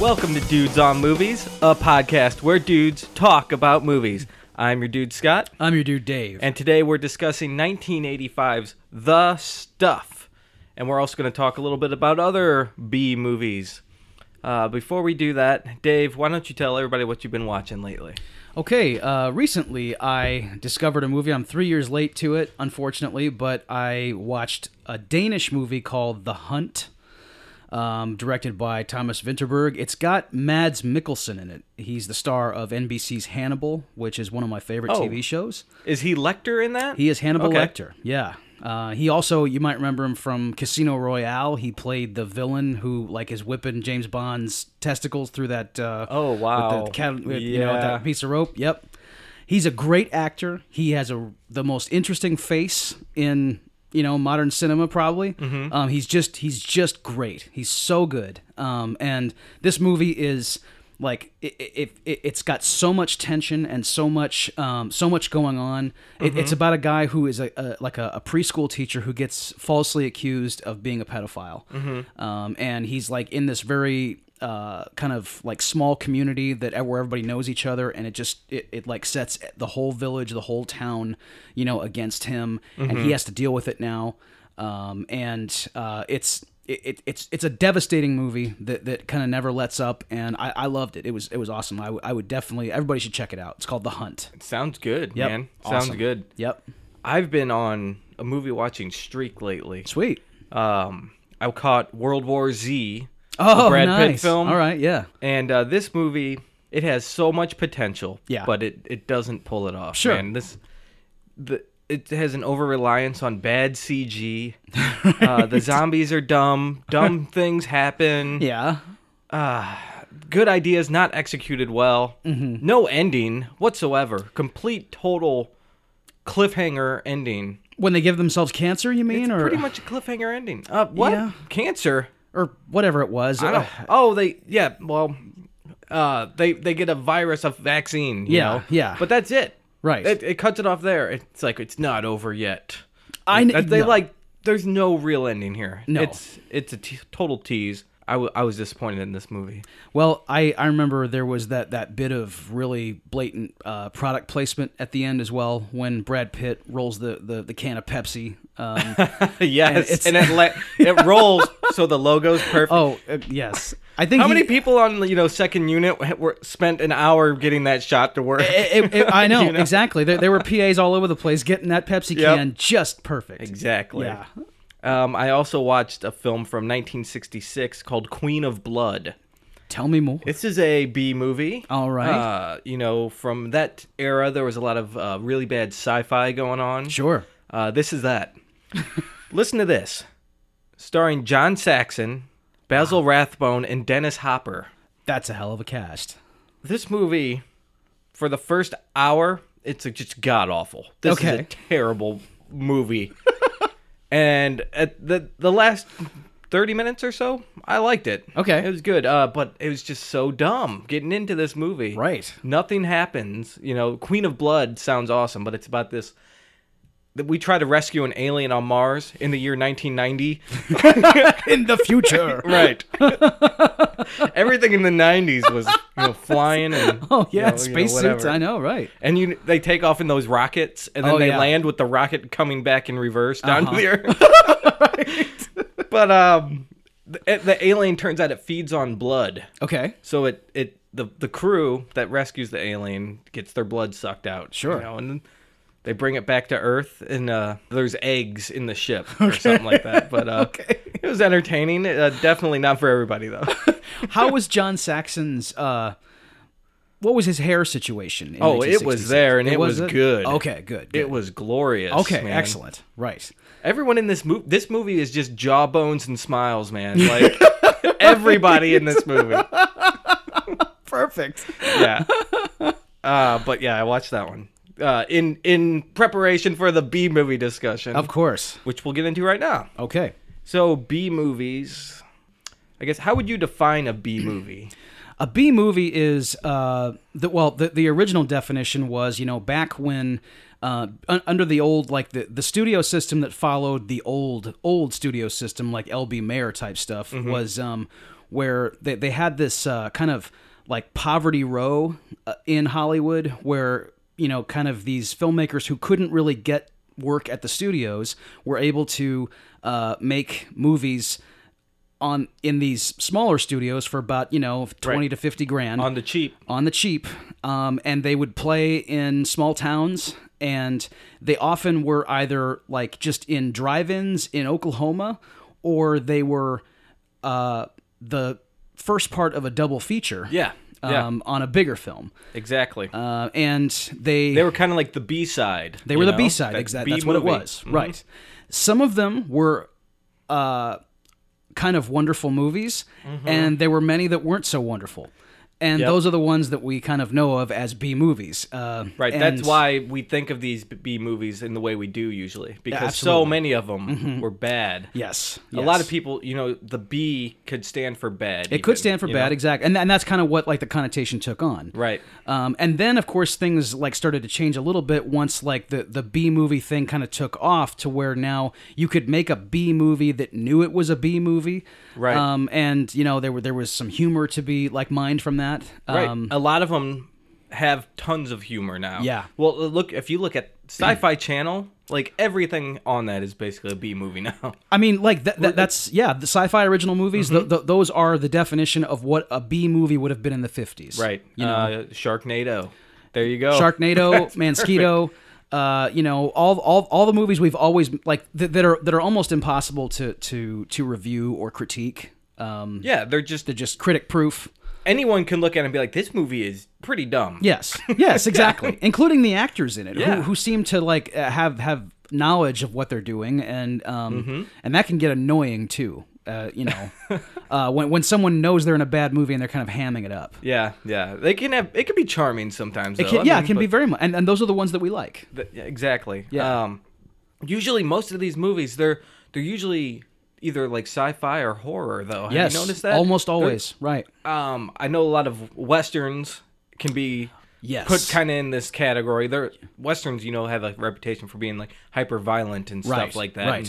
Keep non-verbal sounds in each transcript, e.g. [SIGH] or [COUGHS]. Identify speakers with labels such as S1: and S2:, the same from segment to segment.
S1: Welcome to Dudes on Movies, a podcast where dudes talk about movies. I'm your dude Scott,
S2: I'm your dude Dave.
S1: and today we're discussing 1985's The Stuff. And we're also going to talk a little bit about other B movies. Uh, before we do that, Dave, why don't you tell everybody what you've been watching lately?
S2: okay, uh, recently I discovered a movie. I'm three years late to it, unfortunately, but I watched a Danish movie called The Hunt, um, directed by Thomas Vinterberg. It's got Mads Mikkelsen in it. He's the star of NBC's Hannibal, which is one of my favorite
S1: Oh.
S2: TV shows.
S1: Is he Lecter in that?
S2: He is Hannibal
S1: Okay.
S2: Lecter. Yeah. Uh, he also, you might remember him from Casino Royale. He played the villain who, like, is whipping James Bond's testicles through that. Uh,
S1: Oh, wow.
S2: With the cat, with, You know, with
S1: Yeah.
S2: that piece of rope. Yep. He's a great actor. He has a the most interesting face in you know modern cinema, probably.
S1: Mm-hmm.
S2: Um, he's just he's just great. He's so good. Um, and this movie is like it, it, it, it's got so much tension and so much um, so much going on. It,
S1: Mm-hmm.
S2: It's about a guy who is a, a like a, a preschool teacher who gets falsely accused of being a pedophile,
S1: Mm-hmm.
S2: um, and he's like in this very uh, kind of like small community that e, where everybody knows each other, and it just it, it like sets the whole village, the whole town, you know, against him, and
S1: Mm-hmm.
S2: he has to deal with it now. Um, and uh, it's it, it, it's it's a devastating movie that, that kind of never lets up, and I, I loved it. It was it was awesome. I, w- I would definitely everybody should check it out. It's called The Hunt.
S1: Sounds good,
S2: Yep.
S1: man. Sounds
S2: Awesome.
S1: good.
S2: Yep,
S1: I've been on a movie watching streak lately.
S2: sweet.
S1: Um, I caught World War Z,
S2: Oh,
S1: the Brad
S2: nice.
S1: Pitt film.
S2: All right, yeah.
S1: And uh, this movie, it has so much potential.
S2: Yeah.
S1: But it, it doesn't pull it off.
S2: Sure.
S1: Man. This the it has an over reliance on bad CG.
S2: [LAUGHS]
S1: uh, the zombies are dumb. Dumb things happen.
S2: Yeah.
S1: Good ideas not executed well.
S2: Mm-hmm.
S1: No ending whatsoever. Complete total cliffhanger ending.
S2: When they give themselves cancer, you
S1: It's
S2: mean, or
S1: pretty much a cliffhanger ending. Uh, what
S2: Yeah.
S1: cancer?
S2: or whatever it was.
S1: I don't. [SIGHS] Oh, they yeah. Well, uh, they they get a virus, a vaccine. you
S2: Yeah,
S1: know?
S2: yeah.
S1: But that's it.
S2: Right.
S1: It, it cuts it off there. It's like it's not over yet.
S2: I kn-
S1: That- they
S2: no.
S1: like. There's no real ending here.
S2: No.
S1: It's it's a t- total tease. I wa- I was disappointed in this
S2: [LAUGHS]
S1: movie.
S2: Well, I, I remember there was that, that bit of really blatant uh, product placement at the end as well when Brad Pitt rolls the, the, the can of Pepsi. Um,
S1: [LAUGHS] yes,
S2: it's-
S1: and, it la- it
S2: [LAUGHS]
S1: rolls so the logo's perfect.
S2: oh, uh, yes. I think
S1: How
S2: he-
S1: many people on you know second unit w- were spent an hour getting that shot to
S2: [LAUGHS]
S1: work?
S2: it- it- it-
S1: [LAUGHS]
S2: I know,
S1: You know?
S2: exactly. There, there were PAs all over the place getting that Pepsi
S1: Yep.
S2: can just perfect.
S1: Exactly.
S2: Yeah.
S1: Um, I also watched a film from 1966 called Queen of Blood.
S2: Tell me more.
S1: This is a B movie.
S2: All right.
S1: Uh, you know, from that era, there was a lot of uh, really bad sci fi going on.
S2: sure.
S1: Uh, this is that.
S2: [LAUGHS]
S1: Listen to this. Starring John Saxon, Basil Rathbone, and Dennis Hopper.
S2: That's a hell of a cast.
S1: This movie, for the first hour, it's like just god awful. This is a
S2: Okay.
S1: terrible movie. [LAUGHS] and at the the last thirty minutes or so, I liked it.
S2: Okay.
S1: it was good. Uh, but it was just so dumb getting into this movie.
S2: Right.
S1: nothing happens. You know, Queen of Blood sounds awesome, but it's about this. That we try to rescue an alien on Mars in the year
S2: [LAUGHS]
S1: 1990.
S2: In the future.
S1: Right. Everything in the 90s was you know, flying and
S2: [LAUGHS] [LAUGHS] Oh,
S1: [LAUGHS] you
S2: yeah.
S1: know, you know,
S2: Spacesuits.
S1: whatever.
S2: I know, right.
S1: And you, they take off in those rockets, and then
S2: Oh,
S1: they
S2: yeah. Uh-huh.
S1: land with the rocket coming back in reverse down to
S2: [LAUGHS]
S1: the earth. but um, the, the alien turns out it feeds on blood,
S2: Okay.
S1: so it it the the crew that rescues the alien gets their blood sucked out.
S2: Sure.
S1: you know, and then they bring it back to Earth, and uh, there's eggs in the ship or something like that. But uh,
S2: [LAUGHS] Okay.
S1: it was entertaining. Uh, definitely not for everybody
S2: [LAUGHS]
S1: though.
S2: How was John Saxon's? Uh, what was his hair situation? in
S1: Oh, it was
S2: 1966?
S1: there, and it was good.
S2: Okay, good. good.
S1: it was glorious.
S2: okay,
S1: man.
S2: excellent. Right.
S1: Everyone in this movie, this movie is just jawbones and smiles,
S2: [LAUGHS]
S1: man. Like everybody in this movie.
S2: Perfect.
S1: Yeah. Uh, but yeah, I watched that one uh, in in preparation for the B movie discussion,
S2: Of course.
S1: which we'll get into right now.
S2: Okay.
S1: So B movies, I guess. How would you define a B movie?
S2: A B movie is uh, the well, the, the original definition was you know back when. Uh, un- under the old like the, the studio system that followed the old old studio system like lb mayer type stuff was um where they, they had this uh, kind of like poverty row uh, in Hollywood where, you know, kind of these filmmakers who couldn't really get work at the studios were able to uh, make movies on in these smaller studios for about you know 20 to 50 grand
S1: on the cheap.
S2: on the cheap, um, and they would play in small towns. And they often were either like just in drive-ins in Oklahoma, or they were uh, the first part of a double feature.
S1: Yeah, yeah.
S2: Um, on a bigger film,
S1: Exactly.
S2: uh, and they
S1: they were kind of like the B side.
S2: they were the B side, exactly. That's what it was,
S1: Mm-hmm.
S2: right? Some of them were uh, kind of wonderful movies, and there were many that weren't so wonderful. And
S1: Mm-hmm. Yep.
S2: those are the ones that we kind of know of as B movies, uh,
S1: Right.
S2: and-
S1: That's why we think of these B movies in the way we do usually, because so
S2: absolutely. Mm-hmm.
S1: many of them were bad.
S2: Yes,
S1: A lot of people, you know, the B could stand for bad.
S2: It could stand for bad, exactly, and and that's kind of what like the connotation took on,
S1: Right.
S2: Um, and then, of course, things like started to change a little bit once like the the B movie thing kind of took off to where now you could make a B movie that knew it was a B movie,
S1: Right.
S2: Um, and you know there were there was some humor to be like mined from that,
S1: Right.
S2: Um,
S1: a lot of them have tons of humor now.
S2: Yeah.
S1: Well, look if you look at
S2: [CLEARS THROAT]
S1: Sci-Fi Channel, like everything on that is basically a B movie now.
S2: I mean, like that, that, that's yeah, the sci-fi original movies.
S1: Mm-hmm.
S2: th th those are the definition of what a B movie would have been in the fifties,
S1: Right. uh, Sharknado. There you go. [LAUGHS]
S2: Sharknado, Mansquito, uh, you know, all, all all the movies we've always like th- that are that are almost impossible to to to review or critique. Um,
S1: Mm. Yeah, they're just
S2: They're just critic proof.
S1: anyone can look at it and be like, this movie is pretty dumb.
S2: Yes, [LAUGHS] yes, exactly. Including the actors in it,
S1: Yeah.
S2: who, who seem to like uh, have have knowledge of what they're doing, and um,
S1: Mm-hmm.
S2: and that can get annoying too. Uh, you
S1: [LAUGHS]
S2: know, uh, when when someone knows they're in a bad movie and they're kind of hamming it up.
S1: Yeah, yeah. They can have it can be charming sometimes.
S2: It
S1: though.
S2: can,
S1: I
S2: yeah,
S1: mean,
S2: it can be
S1: but
S2: very much, and, and those are the ones that we like.
S1: th- yeah, exactly.
S2: Yeah.
S1: Um, usually most of these movies they're they're usually either like sci-fi or horror though. Have
S2: Yes,
S1: you noticed that?
S2: almost
S1: They're-
S2: always, right?
S1: um, I know a lot of westerns can be
S2: Yes.
S1: put kind of in this category. They're westerns, you know, have a reputation for being like hyper violent and stuff
S2: Right,
S1: like that.
S2: right.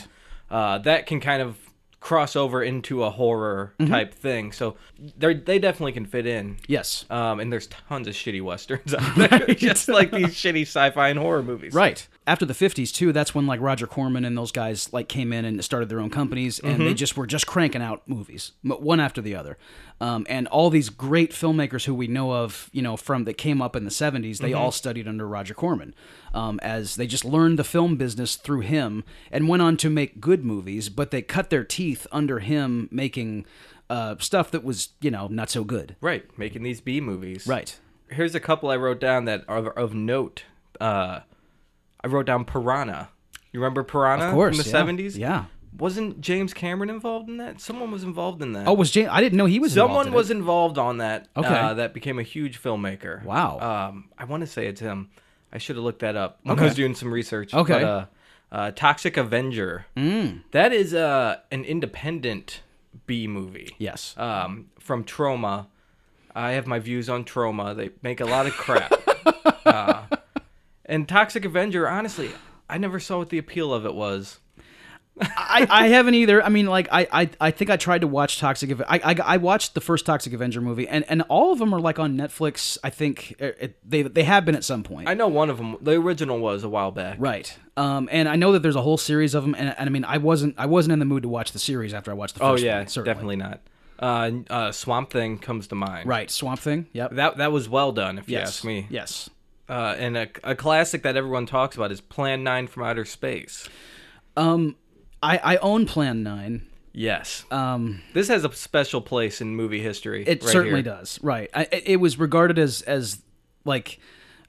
S1: And, uh, that can kind of cross over into a horror
S2: Mm-hmm.
S1: type thing. So they they definitely can fit in.
S2: Yes.
S1: Um, and there's tons of shitty westerns
S2: [LAUGHS]
S1: out there, [LAUGHS] just like these shitty sci-fi and horror movies.
S2: Right. After the 50s too, that's when like Roger Corman and those guys like came in and started their own companies and
S1: Mm-hmm.
S2: they just were just cranking out movies m- one after the other. Um, and all these great filmmakers who we know of, you know, from that came up in the 70s,
S1: Mm-hmm.
S2: they all studied under Roger Corman. Um, as they just learned the film business through him and went on to make good movies, but they cut their teeth under him making uh, stuff that was, you know, not so good.
S1: Right. Making these B movies.
S2: Right.
S1: Here's a couple I wrote down that are of note. Uh, I wrote down Piranha. You remember Piranha
S2: Of course.
S1: from the
S2: yeah.
S1: 70s?
S2: Yeah.
S1: Wasn't James Cameron involved in that? Someone was involved in that.
S2: Oh, was James? I didn't know he was. involved
S1: someone
S2: in it.
S1: was involved on that.
S2: Okay.
S1: uh, that became a huge filmmaker.
S2: Wow.
S1: Um, I want to say it's him. I should have looked that up when I was doing some research.
S2: Okay. Mm.
S1: But, uh, uh, Toxic Avenger. That is uh, an independent B movie.
S2: Yes.
S1: Um, from Trauma. I have my views on Trauma. They make a lot of
S2: [LAUGHS]
S1: crap. uh, and Toxic Avenger, honestly, I never saw what the appeal of it was.
S2: I, I haven't either. I mean, like I, I, I think I tried to watch Toxic. Aven- I, I I watched the first Toxic Avenger movie, and, and all of them are like on Netflix. I think it, it- they they have been at some point,
S1: I know one of them. The original was a while back.
S2: right? Um, and I know that there's a whole series of them, and, and I mean, I wasn't I wasn't in the mood to watch the series after I watched the
S1: Oh
S2: first.
S1: yeah,
S2: one, certainly.
S1: definitely not. Uh, uh, Swamp Thing comes to mind.
S2: Right, Swamp Thing. Yep.
S1: That that was well done, if you
S2: yes.
S1: ask me.
S2: Yes.
S1: Uh, and a, a classic that everyone talks about is Plan Nine from Outer Space.
S2: I, I own Plan Nine.
S1: Yes.
S2: Um,
S1: this has a special place in movie history.
S2: It
S1: right
S2: certainly
S1: here.
S2: does. Right. I, it- it was regarded as as like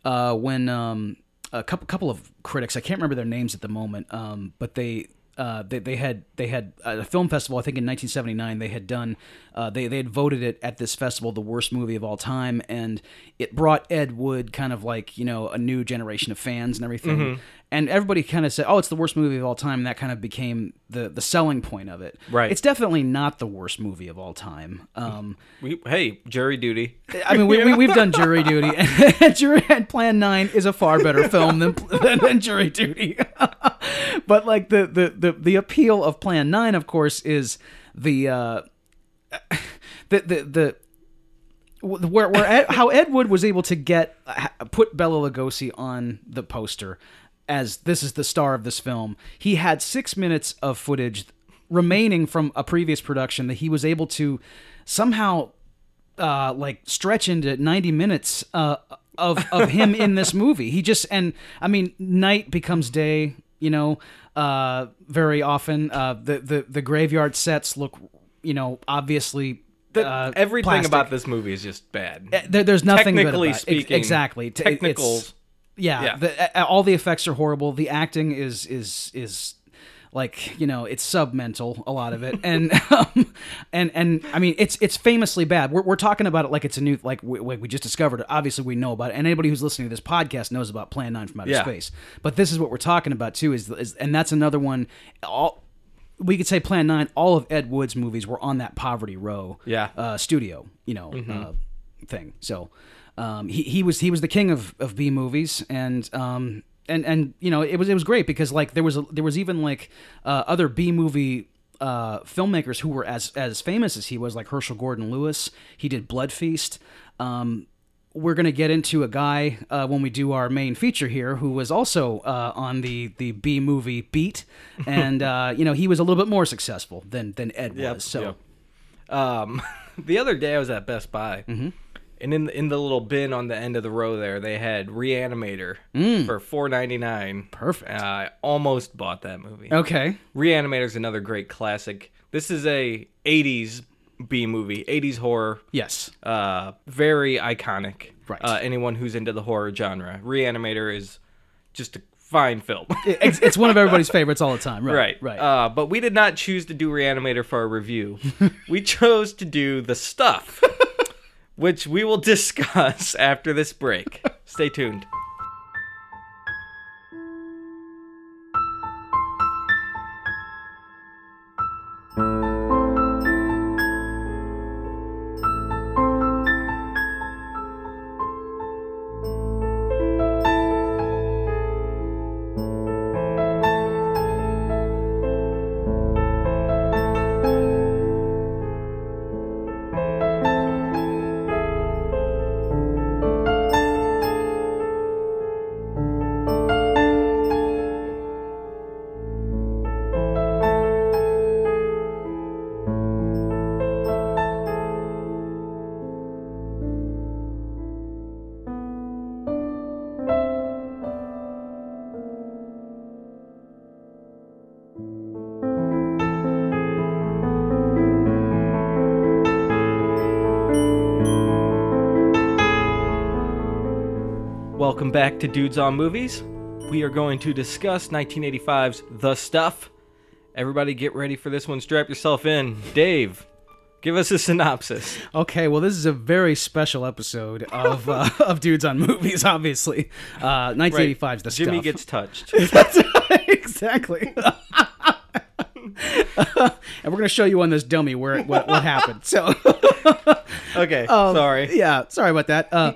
S2: uh, when um, a couple couple of critics, I can't remember their names at the moment, um, but they. Uh, they, they had they had at a film festival I think in 1979 they had done uh, they they had voted it at this festival the worst movie of all time and it brought Ed Wood kind of like you know a new generation of fans and everything
S1: Mm-hmm.
S2: and everybody kind of said oh it's the worst movie of all time and that kind of became the the selling point of it
S1: Right.
S2: it's definitely not the worst movie of all time um,
S1: We, hey, jury duty.
S2: I mean, we, we, we've done jury duty, [LAUGHS] and jury and Plan Nine is a far better film than [LAUGHS] than, than jury duty. [LAUGHS] but like the, the the the appeal of Plan Nine, of course, is the uh, [LAUGHS] the the the where where Ed, how Ed Wood was able to get put Bella Lugosi on the poster as this is the star of this film. He had six minutes of footage remaining from a previous production that he was able to somehow uh, like stretch into ninety minutes uh, of of him
S1: [LAUGHS]
S2: in this movie. He just and I mean night becomes day. You know, uh, very often uh, the the the graveyard sets look you know obviously
S1: The-
S2: uh,
S1: everything
S2: plastic.
S1: about this movie is just bad.
S2: there, there's nothing good
S1: Technically
S2: about it.
S1: speaking,
S2: Ex- exactly T- it's-
S1: Technicals.
S2: yeah,
S1: Yeah.
S2: the- a- all the effects are horrible the acting is is is like you know it's submental a lot
S1: [LAUGHS]
S2: of it and um, and and i mean it's it's famously bad we're, we're talking about it like it's a new like we, we we just discovered it obviously we know about it and anybody who's listening to this podcast knows about plan 9 from outer
S1: Yeah.
S2: space but this is what we're talking about too is, is and that's another one all we could say plan 9 all of ed wood's movies were on that poverty row
S1: Yeah.
S2: uh, studio, you know,
S1: Mm-hmm.
S2: uh, thing. So um, he he was he was the king of, of B movies, and um and and you know it was it was great because like there was a, there was even like uh, other B movie. Uh, filmmakers who were as as famous as he was, like Herschel Gordon Lewis, he did Blood Feast. Um, we're gonna get into a guy uh, when we do our main feature here, who was also uh, on the the B movie beat,
S1: [LAUGHS]
S2: and uh, you know he was a little bit more successful than than Ed was. uh, So
S1: Yep. Um, [LAUGHS] the other day I was at Best Buy,
S2: Mm-hmm.
S1: and in in the little bin on the end of the row there, they had Reanimator for four ninety nine.
S2: Mm. Perfect.
S1: I almost bought that movie.
S2: okay,
S1: Reanimator is another great classic. This is a '80s B movie, '80s horror.
S2: Yes.
S1: Uh, very iconic.
S2: Right.
S1: Uh, anyone who's into the horror genre, Reanimator is just a fine film. [LAUGHS]
S2: It's, it's one of everybody's favorites all the time. Right.
S1: Right, Uh, but we did not choose to do Reanimator for our
S2: [LAUGHS]
S1: review. we chose to do the stuff, which we will discuss [LAUGHS] after this break. Stay tuned. Welcome back to Dudes on Movies. We are going to discuss 1985's The Stuff. Everybody, get ready for this one. Strap yourself in. Dave, give us a synopsis.
S2: Okay. Well, this is a very special episode of uh, [LAUGHS] of dudes on movies. Obviously, uh, 1985's the
S1: Jimmy
S2: stuff.
S1: gets
S2: [LAUGHS]
S1: touched.
S2: exactly. [LAUGHS] and we're gonna show you on this dummy where it, what, what happened. So.
S1: Okay,
S2: [LAUGHS] Um,
S1: sorry.
S2: Yeah, sorry about that. Uh,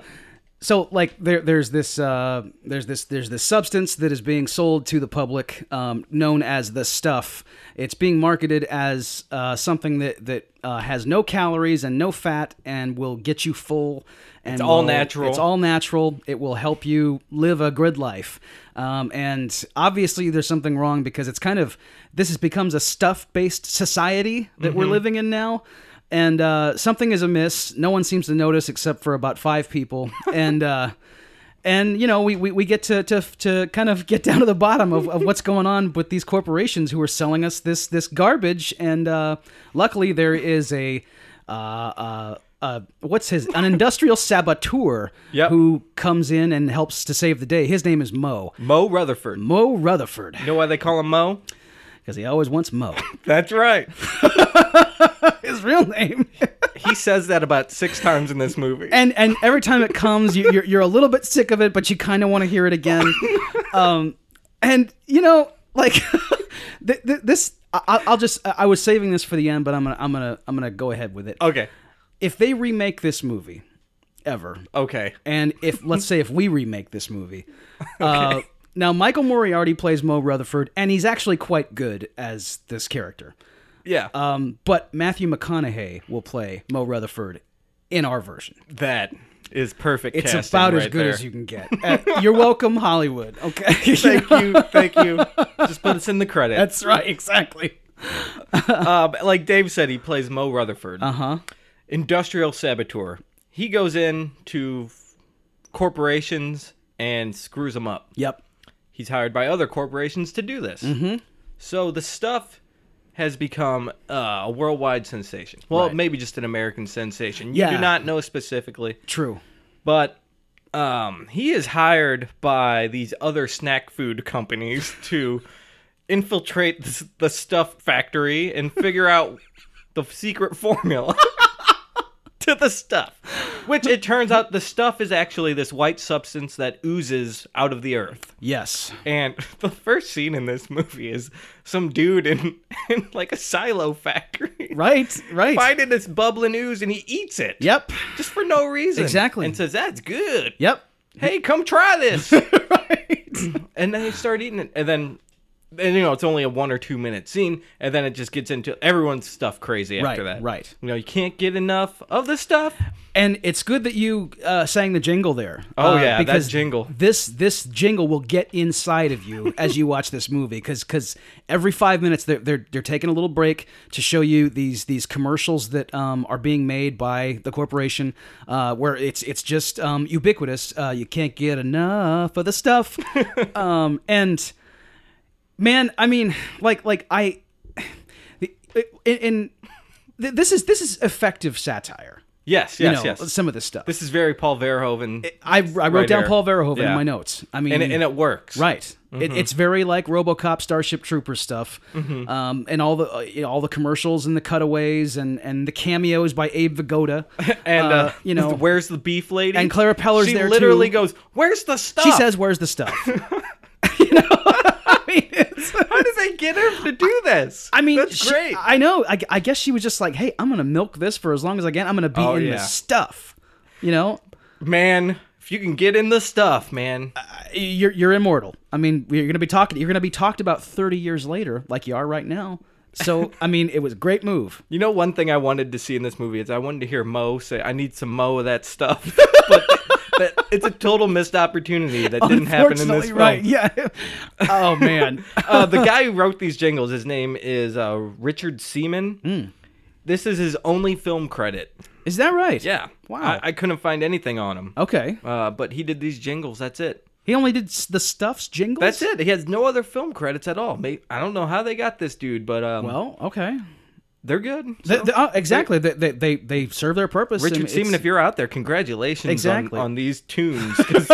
S2: so like there, there's this uh, there's this there's this substance that is being sold to the public, um, known as the stuff. It's being marketed as uh, something that that uh, has no calories and no fat and will get you full. And it's
S1: all natural.
S2: It's all natural. It will help you live a good life. Um, and obviously, there's something wrong because it's kind of this has becomes a stuff based society that we're living in now and uh, something is amiss. No one seems to notice except for about five people, and uh, and you know we, we, we get to, to to kind of get down to the bottom of, of what's going on with these corporations who are selling us this this garbage. And uh, luckily, there is a uh, uh, uh, what's his an industrial saboteur
S1: Yep.
S2: who comes in and helps to save the day. His name is Mo.
S1: Mo Rutherford. You
S2: Mo Rutherford,
S1: know why they call him Mo?
S2: because he always wants Mo.
S1: That's right.
S2: [LAUGHS] His real name.
S1: He says that about six times in this movie.
S2: and and every time it comes, you, you're you're a little bit sick of it, but you kind of want to hear it [LAUGHS] again. Um, and you know, like [LAUGHS] th- th- this, I- I, I'll just I I was saving this for the end, but I'm gonna I'm gonna I'm gonna go ahead with it.
S1: Okay.
S2: If they remake this movie, ever,
S1: Okay.
S2: and
S1: [LAUGHS]
S2: if let's say if we remake this movie, uh, now Michael Moriarty plays Mo Rutherford, and he's actually quite good as this character.
S1: Yeah.
S2: Um, but Matthew McConaughey will play Mo Rutherford in our version.
S1: that is perfect.
S2: It's
S1: casting
S2: about as
S1: right
S2: good
S1: there.
S2: as you can get. Uh, you're welcome, Hollywood. Okay.
S1: [LAUGHS]
S2: [LAUGHS]
S1: Thank you, thank you. Just put us in the credits.
S2: That's right. Exactly.
S1: Uh, but like Dave said, he plays Mo Rutherford,
S2: Uh huh.
S1: industrial saboteur. He goes in to f- corporations and screws them up.
S2: Yep.
S1: He's hired by other corporations to do this.
S2: Mm-hmm.
S1: So the stuff has become uh, a worldwide sensation. Well,
S2: Right.
S1: maybe just an American sensation. You
S2: Yeah.
S1: do not know specifically,
S2: True.
S1: but um, he is hired by these other snack food companies [LAUGHS] to infiltrate this, the stuff factory and figure out the secret formula. [LAUGHS] To the stuff, which it turns out the stuff is actually this white substance that oozes out of the earth.
S2: Yes.
S1: And [LAUGHS] the first scene in this movie is some dude in, [LAUGHS] in like a silo factory
S2: Right. Right.
S1: finding this bubbling ooze and he eats it.
S2: Yep.
S1: Just for no reason.
S2: Exactly.
S1: And says, that's good.
S2: Yep.
S1: Hey, come try this.
S2: [LAUGHS] right.
S1: [CLEARS THROAT] and then they start eating it. And then, and you know, it's only a one or two minute scene. And then it just gets into everyone's stuff crazy after
S2: Right,
S1: that.
S2: right.
S1: You know, you can't get enough of the stuff.
S2: And it's good that you uh, sang the jingle there.
S1: Oh,
S2: Uh,
S1: yeah, that
S2: because
S1: jingle.
S2: This this jingle will get inside of you as you watch this movie because every five minutes they're, they're they're taking a little break to show you these these commercials that um, are being made by the corporation uh, where it's it's just um, ubiquitous. Uh, you can't get enough of
S1: [LAUGHS]
S2: the stuff. um, and man, I mean, like like I in. in th- this is this is effective satire
S1: Yes,
S2: you
S1: yes,
S2: know,
S1: yes.
S2: some of this stuff.
S1: This is very Paul Verhoeven.
S2: I, I wrote
S1: Right
S2: down
S1: here.
S2: Paul Verhoeven
S1: Yeah.
S2: in my notes. I mean,
S1: and, it, and Mm-hmm. it works.
S2: right. It, it's very like RoboCop, Starship Troopers stuff,
S1: Mm-hmm.
S2: um, and all the uh, you know, all the commercials and the cutaways and, and the cameos by Abe
S1: [LAUGHS]
S2: Vigoda.
S1: And uh,
S2: you know,
S1: [LAUGHS] where's the beef lady?
S2: and Clara Peller's
S1: she
S2: there,
S1: literally
S2: too.
S1: goes, "Where's the stuff?"
S2: she says, "Where's the stuff?" [LAUGHS] you know, [LAUGHS] I mean, it's,
S1: [LAUGHS] "How did they get her to do this?"
S2: I mean,
S1: that's
S2: she-
S1: great.
S2: I know. I, I guess she was just like, "Hey, I'm gonna milk this for as long as I can. I'm gonna be
S1: Oh,
S2: in
S1: yeah.
S2: the stuff." You know,
S1: man, if you can get in the stuff, man,
S2: Uh, you're you're immortal. I mean, you're going to be talking. You're going to be talked about 30 years later, like you are right now. So, I mean, it was a great move.
S1: you know one thing I wanted to see in this movie is I wanted to hear Mo say, "I need some Mo of that
S2: [LAUGHS]
S1: stuff," but that, it's a total missed opportunity that [LAUGHS] didn't happen in this
S2: Unfortunately,
S1: film.
S2: right? Yeah. oh man.
S1: uh, the guy who wrote these jingles, his name is uh, Richard Seaman.
S2: Mm.
S1: This is his only film credit.
S2: Is that
S1: [LAUGHS]
S2: right?
S1: Yeah,
S2: Wow.
S1: I, I couldn't find anything on him.
S2: Okay.
S1: Uh, but he did these jingles. That's it.
S2: He only did s- the stuffs jingles.
S1: That's it. He has no other film credits at all. May- I don't know how they got this dude, but um,
S2: Well, Oh, okay.
S1: they're good.
S2: Th- th- oh, exactly. They, they they they serve their purpose.
S1: Richard Seaman, if you're out there, congratulations on-
S2: Exactly.
S1: on, these
S2: [LAUGHS]
S1: tunes. 'cause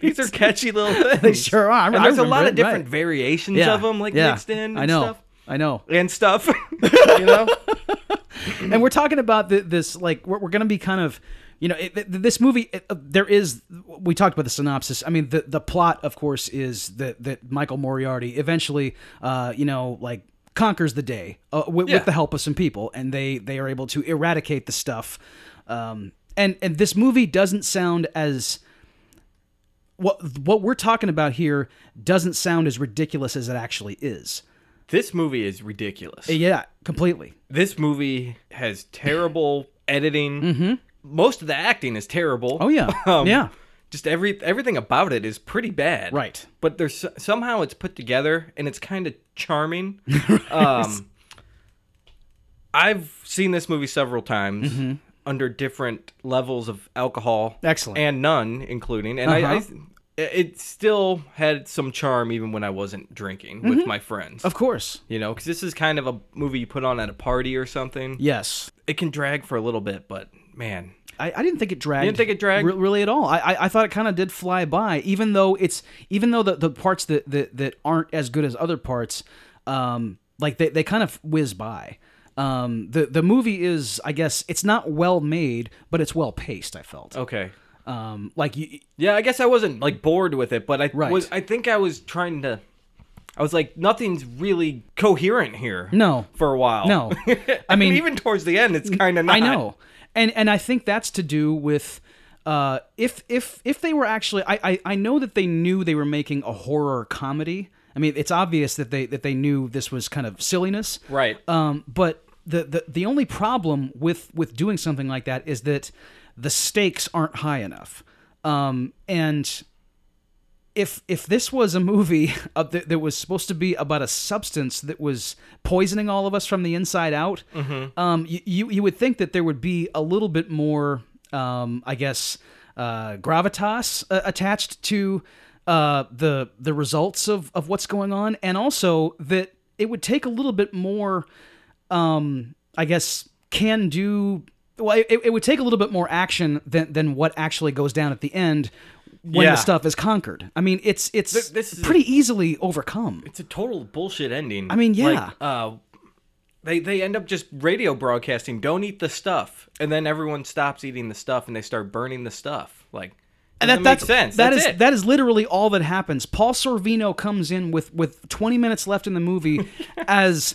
S1: these are catchy little things.
S2: They sure are. I
S1: And there's a lot
S2: remember
S1: of
S2: it,
S1: different
S2: right.
S1: variations
S2: yeah.
S1: of them, like
S2: yeah.
S1: mixed in. And
S2: I know.
S1: Stuff.
S2: I know.
S1: And stuff, [LAUGHS] you
S2: [LAUGHS]
S1: know.
S2: and we're talking about th this like we're, we're going to be kind of you know it, th- this movie it, uh, there is we talked about the synopsis i mean the the plot of course is that that michael moriarty eventually uh you know like conquers the day uh, with,
S1: Yeah.
S2: with the help of some people and they they are able to eradicate the stuff um and and this movie doesn't sound as what what we're talking about here doesn't sound as ridiculous as it actually is
S1: This movie is ridiculous.
S2: yeah completely
S1: This movie has terrible editing. Most of the acting is terrible.
S2: Mm-hmm. oh yeah
S1: [LAUGHS] Um,
S2: yeah
S1: Just every everything about it is pretty bad.
S2: Right.
S1: But there's somehow it's put together and it's kind of
S2: [LAUGHS]
S1: charming. um, I've seen this movie several times
S2: Mm-hmm.
S1: under different levels of alcohol.
S2: Excellent. Uh-huh.
S1: And none including. And I, I it still had some charm even when I wasn't drinking with my friends.
S2: Mm-hmm. of course
S1: you know, because this is kind of a movie you put on at a party or something.
S2: yes
S1: It can drag for a little bit, but man,
S2: I, I didn't think it dragged.
S1: think it dragged?
S2: re- really at all. I I, I thought it kind of did fly by, even though it's even though the, the parts that, that that aren't as good as other parts, um, like they, they kind of whiz by. Um, the the movie is, I guess, it's not well made, but it's well paced. I felt.
S1: okay.
S2: Um, like you,
S1: Yeah, I guess I wasn't like bored with it, but I
S2: Mm. Right.
S1: was. I think I was trying to. I was like, nothing's really coherent here.
S2: No.
S1: for a while. [LAUGHS]
S2: No. I
S1: And
S2: mean-
S1: even towards the end, it's kind of. not.
S2: I know, and and I think that's to do with uh, if if if they were actually, I, I I know that they knew they were making a horror comedy, I mean, it's obvious that they that they knew this was kind of silliness,
S1: Right.
S2: Um, but the, the the only problem with with doing something like that is that the stakes aren't high enough. Um, and if if this was a movie [LAUGHS] uh, that, that was supposed to be about a substance that was poisoning all of us from the inside out, um, you, you you would think that there would be a little bit more, um, I guess, uh, gravitas uh, attached to uh, the the results of of what's going on, and also that it would take a little bit more um, I guess can do. Well, it, it would take a little bit more action than than what actually goes down at the end when
S1: Yeah.
S2: the stuff is conquered. I mean, it's it's
S1: this is
S2: pretty easily overcome.
S1: It's a total bullshit ending. I
S2: mean, yeah.
S1: Like, uh, they they end up just radio broadcasting. Don't eat the stuff, and then everyone stops eating the stuff, and they start burning the stuff. Like
S2: And
S1: doesn't make sense.
S2: that
S1: that's
S2: is-
S1: it.
S2: that is literally all that happens. Paul Sorvino comes in with with 20 minutes left in
S1: [LAUGHS]
S2: the movie as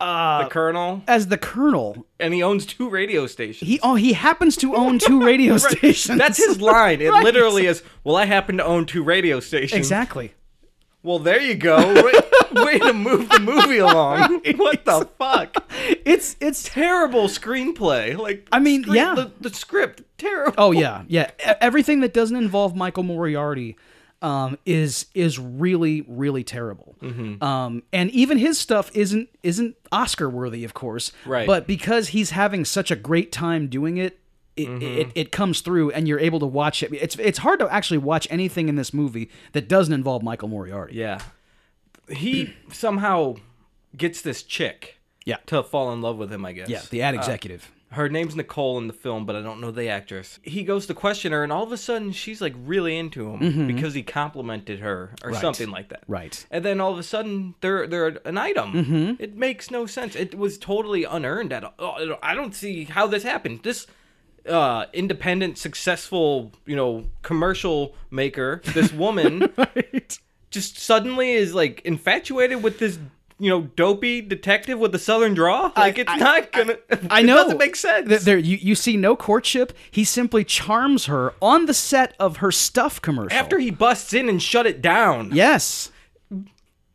S2: uh,
S1: the colonel,
S2: as the colonel.
S1: and he owns two radio stations.
S2: He oh he happens to own two
S1: [LAUGHS]
S2: radio stations.
S1: that's
S2: [LAUGHS]
S1: his line. It
S2: Right.
S1: literally is. Well, I happen to own two radio stations.
S2: exactly.
S1: Well, there you go. Way,
S2: [LAUGHS]
S1: way to move the movie along. What the fuck?
S2: It's it's
S1: Terrible screenplay. Like
S2: I mean,
S1: screen-
S2: yeah.
S1: the, the script terrible.
S2: Oh yeah, yeah. E- Everything that doesn't involve Michael Moriarty um, is is really really terrible.
S1: Mm-hmm.
S2: Um, and even his stuff isn't isn't Oscar worthy, of course.
S1: Right.
S2: But because he's having such a great time doing it. It,
S1: Mm-hmm.
S2: it, it comes through and you're able to watch it. It's it's hard to actually watch anything in this movie that doesn't involve Michael Moriarty.
S1: Yeah. He somehow gets this chick
S2: Yeah.
S1: to fall in love with him, I guess.
S2: Yeah, the
S1: [LAUGHS]
S2: ad executive.
S1: Her name's Nicole in the film, but I don't know the actress. He goes to question her, and all of a sudden she's like really into him because he complimented her or something like that.
S2: Mm-hmm. right. Mm-hmm.
S1: And then all of a sudden they're they're an item. It makes no sense. It was totally unearned at all. I don't see how this happened. This uh, independent, successful, you know, commercial maker, this
S2: [LAUGHS]
S1: woman
S2: Right.
S1: just suddenly is like infatuated with this you know dopey detective with the southern draw like it's not gonna
S2: I
S1: [LAUGHS]
S2: know.
S1: it doesn't make sense
S2: Th- There, you, you see no courtship. He simply charms her on the set of her stuff commercial.
S1: after he busts in and shut it down
S2: Yes.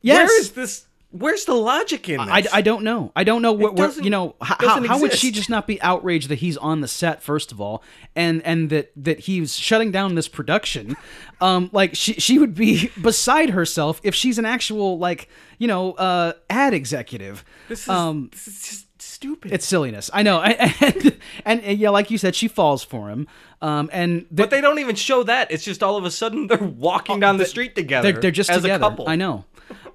S2: Yes.
S1: where is this where's the logic in this
S2: I, I don't know. I don't know what where,
S1: doesn't-
S2: you know h- how,
S1: doesn't
S2: how would she
S1: exist.
S2: just not be outraged that he's on the set first of all and and that that he's shutting down this production. Um like she she would be [LAUGHS] beside herself if she's an actual like, you know, uh ad executive.
S1: this is,
S2: um
S1: this is just stupid
S2: it's silliness. I know. [LAUGHS] And, and and yeah, like you said she falls for him. Um and the-
S1: but they don't even show that it's just all of a sudden they're walking down the street together
S2: Oh, They're, they're just
S1: as
S2: together.
S1: a couple
S2: I know.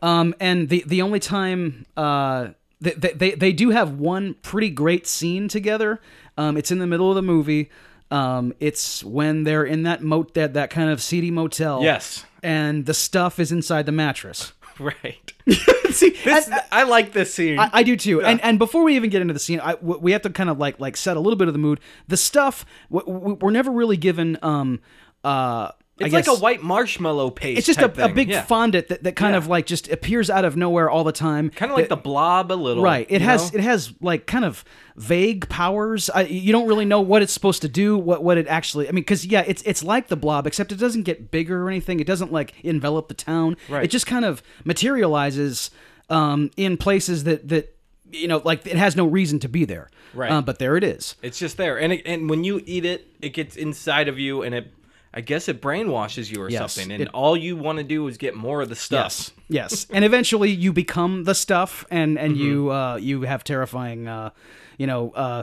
S2: Um, and the the only time uh, they, they- they they do have one pretty great scene together. Um, it's in the middle of the movie. Um, it's when they're in that moat that that kind of seedy motel.
S1: Yes.
S2: And the stuff is inside the mattress.
S1: [LAUGHS] [LAUGHS] right
S2: [LAUGHS] See,
S1: this,
S2: and-
S1: i like this scene
S2: I, I do too. And and before we even get into the scene, I, w- we have to kind of like like set a little bit of the mood. The stuff w- w- we're never really given. Um, uh, I
S1: it's like
S2: guess-
S1: a white marshmallow paste
S2: it's just
S1: type
S2: a, a
S1: thing.
S2: big
S1: yeah.
S2: fondant that, that kind
S1: Yeah.
S2: of like just appears out of nowhere all the time.
S1: kind of like the blob a little
S2: right. It
S1: you
S2: has
S1: know?
S2: it has like kind of vague powers. I, you don't really know what it's supposed to do. What what it actually. I mean, because yeah, it's it's like the blob, except it doesn't get bigger or anything. It doesn't like envelop the town.
S1: Right.
S2: It just kind of materializes um, in places that that you know like it has no reason to be there.
S1: Right.
S2: Uh, but there it is.
S1: It's just there, and it, and when you eat it, it gets inside of you, and it, I guess it brainwashes you or
S2: Yes,
S1: something, and
S2: it-
S1: all you want to do is get more of the stuff.
S2: Yes, and eventually you become the stuff, and and you
S1: Mm-hmm.
S2: uh, you have terrifying, uh, you know, uh,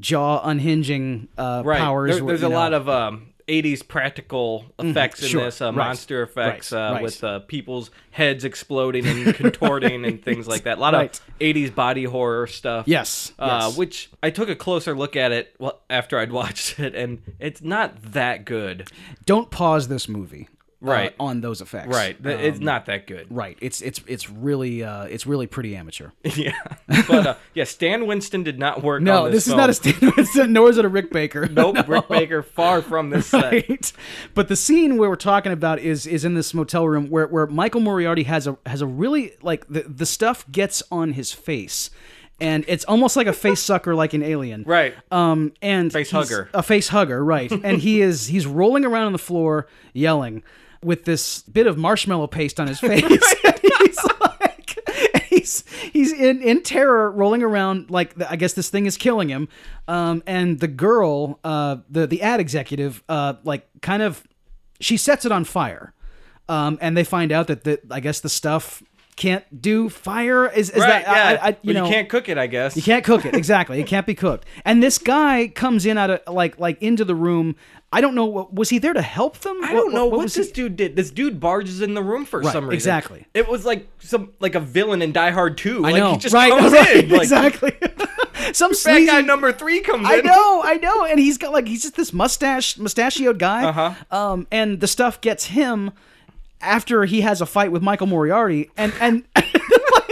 S2: jaw unhinging uh,
S1: Right.
S2: powers.
S1: There-
S2: where,
S1: there's
S2: you
S1: a
S2: know- Mm-hmm.
S1: lot of um, 80s practical effects in
S2: Sure.
S1: this, uh,
S2: Right.
S1: monster effects
S2: Right.
S1: uh,
S2: Right.
S1: with uh, people's heads exploding and [LAUGHS] contorting and things like that. A lot
S2: Right.
S1: of 80s body horror stuff.
S2: Yes,
S1: Uh,
S2: yes.
S1: Which I took a closer look at it well, after I'd [LAUGHS] watched it, and it's not that good.
S2: don't pause this movie. uh,
S1: Right.
S2: on those effects. Uh,
S1: Right. Th-
S2: Um,
S1: it's not that good.
S2: [LAUGHS]
S1: [LAUGHS]
S2: Right. It's it's it's really uh, it's really pretty amateur.
S1: Yeah, but uh, yeah, Stan Winston did not work.
S2: No,
S1: on
S2: this,
S1: this,
S2: is not [LAUGHS]
S1: film.
S2: a Stan Winston, nor is it a Rick Baker.
S1: Nope, Rick Baker far from [LAUGHS] this set.
S2: [LAUGHS] right? But the scene where we're talking about is is in this motel room where where Michael Moriarty has a has a really like the the stuff gets on his face. And it's almost like a face sucker, like an alien,
S1: Right.
S2: Um, and
S1: Face
S2: he's-
S1: hugger. [LAUGHS]
S2: a face hugger, right? and he is he's rolling around on the floor, yelling, with this bit of marshmallow paste on
S1: [LAUGHS]
S2: his face. [LAUGHS] he's like, he's he's in in terror, rolling around like the, I guess this thing is killing him. Um, and the girl, uh, the the ad executive, uh, like kind of she sets it on fire. Um, and they find out that the I guess the stuff can't do fire. Is, is
S1: Right,
S2: that
S1: yeah.
S2: I, I, you
S1: Well,
S2: know
S1: you can't cook it, I guess.
S2: you can't cook it exactly. It can't be cooked. And this guy comes in out of like like into the room. I don't know. what Was he there to help them?
S1: I don't know what,
S2: was
S1: this
S2: he-
S1: dude did. This dude barges in the room for some reason.
S2: exactly.
S1: It was like some like a villain in Die Hard 2.
S2: I
S1: like
S2: know.
S1: he just
S2: right.
S1: comes
S2: [LAUGHS] right,
S1: in. Like
S2: exactly. [LAUGHS] Some
S1: that
S2: sleazy.
S1: guy number three comes
S2: I
S1: in.
S2: know. I know. And he's got like he's just this mustache mustachioed guy.
S1: Uh-huh.
S2: Um, and the stuff gets him after he has a fight with Michael Moriarty, and and [LAUGHS] like.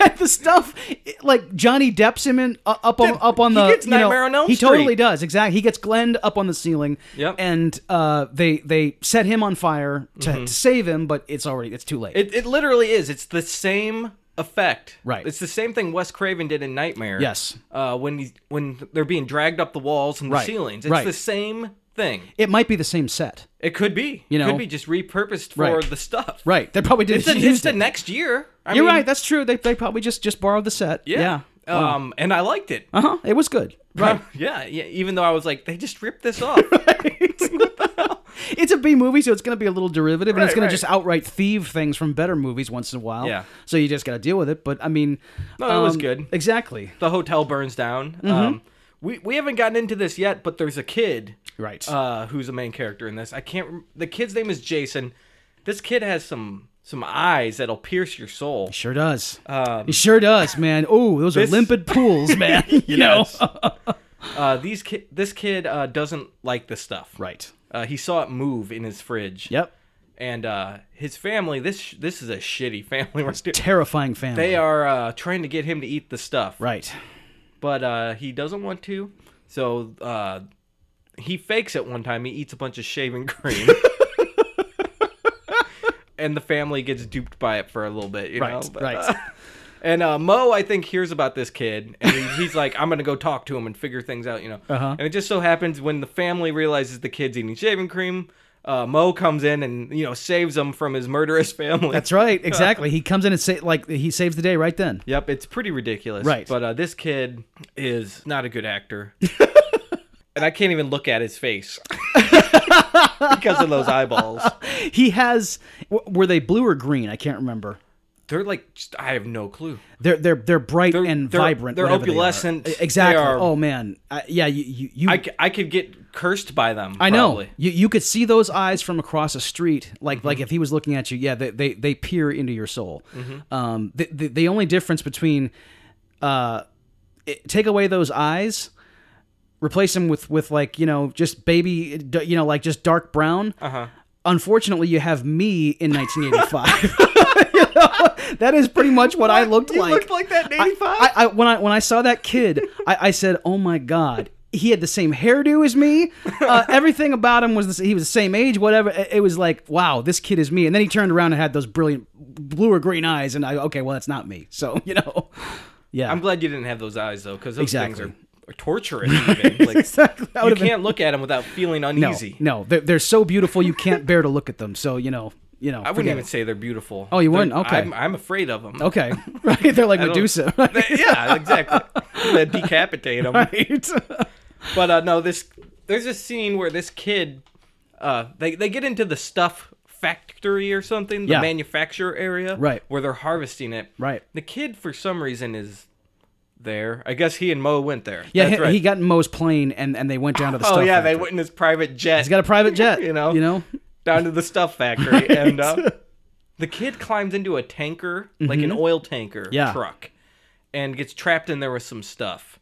S2: and the stuff like Johnny Depp's him in uh, up on up on
S1: he
S2: the
S1: gets
S2: you know,
S1: Nightmare on Elm
S2: he totally
S1: Street.
S2: does exactly he gets Glenn up on the ceiling
S1: Yep.
S2: and uh they they set him on fire to, to save him but it's already it's too late
S1: Mm-hmm. It, it literally is. It's the same effect.
S2: Right.
S1: It's the same thing Wes Craven did in Nightmare.
S2: Yes.
S1: Uh, when he's, when they're being dragged up the walls and the
S2: Right.
S1: ceilings, it's
S2: Right.
S1: the same thing.
S2: it might be the same set
S1: It could be.
S2: You know?
S1: could be just repurposed for
S2: Right.
S1: the stuff.
S2: right they probably did
S1: It's, the it's the next year. I
S2: You're
S1: mean,
S2: right. That's true. They, they probably just just borrowed the set.
S1: Yeah.
S2: Yeah.
S1: Um, and I liked it.
S2: uh huh. It was good. Right.
S1: [LAUGHS] yeah, yeah. Even though I was like, they just ripped this
S2: [LAUGHS]
S1: off.
S2: it's a B movie, so it's going to be a little derivative, and it's
S1: Right,
S2: going
S1: right.
S2: to just outright thieve things from better movies once in a while.
S1: Yeah.
S2: So you just got to deal with it. But I mean,
S1: No, it was
S2: um,
S1: good.
S2: Exactly.
S1: the hotel burns down.
S2: Mm-hmm.
S1: Um, we we haven't gotten into this yet, but there's a kid,
S2: Right.
S1: Uh, who's a main character in this? I can't. Rem- the kid's name is Jason. This kid has some some eyes that'll pierce your soul.
S2: Sure does. it sure does, man. Oh, those
S1: um, this-
S2: are
S1: [LAUGHS]
S2: limpid pools, man. [LAUGHS] You know.
S1: Uh, these ki- this kid uh, doesn't like this stuff.
S2: Right.
S1: Uh, he saw it move in his fridge.
S2: Yep.
S1: And uh, his family. This this is a shitty [LAUGHS] family. Right there.
S2: Terrifying family.
S1: They are uh, trying to get him to eat the stuff.
S2: Right.
S1: but uh, he doesn't want to. So uh, he fakes it one time. He eats a bunch of shaving cream,
S2: [LAUGHS]
S1: and the family gets duped by it for a little bit. You
S2: Right.
S1: know? But,
S2: right.
S1: uh, [LAUGHS] and uh, Mo, I think, hears about this kid, and he, he's like, "I'm gonna go talk to him and figure things out." You know.
S2: Uh-huh.
S1: And it just so happens when the family realizes the kid's eating shaving cream. Uh, Mo comes in and you know saves him from his murderous family.
S2: That's right. Exactly. he comes in and say like he saves the day right then.
S1: Yep, it's pretty ridiculous.
S2: Right.
S1: But uh, this kid is not a good
S2: [LAUGHS]
S1: actor. and I can't even look at his face [LAUGHS] because of those eyeballs.
S2: He has. W- were they blue or green? I can't remember.
S1: They're like, just, I have no clue.
S2: They're they're they're bright and
S1: they're-
S2: vibrant.
S1: they're
S2: whatever they are.
S1: opalescent.
S2: E- Exactly.
S1: They are-
S2: oh man. I, yeah. You you, you
S1: I,
S2: I,
S1: c- I could get cursed by them.
S2: know.
S1: probably. Mm-hmm.
S2: You you could see those eyes from across a street. Like like if he was looking at you. Yeah. They they, they peer into your soul.
S1: Mm-hmm.
S2: Um. The, the the only difference between, uh, it, take away those eyes. Replace them with with like you know just baby d- you know like just dark brown. Uh
S1: Uh-huh.
S2: huh. Unfortunately, you have me
S1: [LAUGHS]
S2: in 1985. [LAUGHS] You know? That is pretty much what, I looked
S1: You
S2: like.
S1: looked like that in 85?
S2: I, I when I when I saw that kid, I, I said, "Oh my god." He had the same hairdo as me. Uh, everything about him was the, s- he was the same age, whatever. It, it was like, wow, this kid is me. And then he turned around and had those brilliant blue or green eyes, and I okay, well that's not me. So [LAUGHS] you know, yeah,
S1: I'm glad you didn't have those eyes, though, because those
S2: Exactly.
S1: things are, are torturous. Even. Like,
S2: [LAUGHS] exactly. That
S1: You
S2: would've been-
S1: can't look at them without feeling
S2: no,
S1: uneasy.
S2: no, they're, they're so beautiful you can't bear to look at them. So you know, you know,
S1: I wouldn't even say they're beautiful.
S2: Oh, you
S1: They're-
S2: wouldn't? Okay.
S1: I'm, I'm afraid of them.
S2: Okay, [LAUGHS] right? They're
S1: [LAUGHS]
S2: like Medusa, right?
S1: yeah,
S2: [LAUGHS]
S1: exactly. They decapitate them. But uh, no, this there's a scene where this kid, uh, they they get into the stuff factory or something, the
S2: Yeah.
S1: manufacture area,
S2: Right.
S1: where they're harvesting it.
S2: [LAUGHS] Right.
S1: The kid, for some reason, is there. I guess he and Mo went there.
S2: Yeah,
S1: That's
S2: he,
S1: right.
S2: he got in Mo's plane, and and they went down to the.
S1: oh
S2: stuff
S1: yeah,
S2: factory.
S1: they went in his private jet.
S2: He's got a private
S1: [LAUGHS]
S2: jet,
S1: You know?
S2: You know,
S1: down to the stuff
S2: [LAUGHS]
S1: factory, and uh, the kid climbs into a tanker, like an oil tanker
S2: Mm-hmm. Yeah.
S1: truck, and gets trapped in there with some stuff.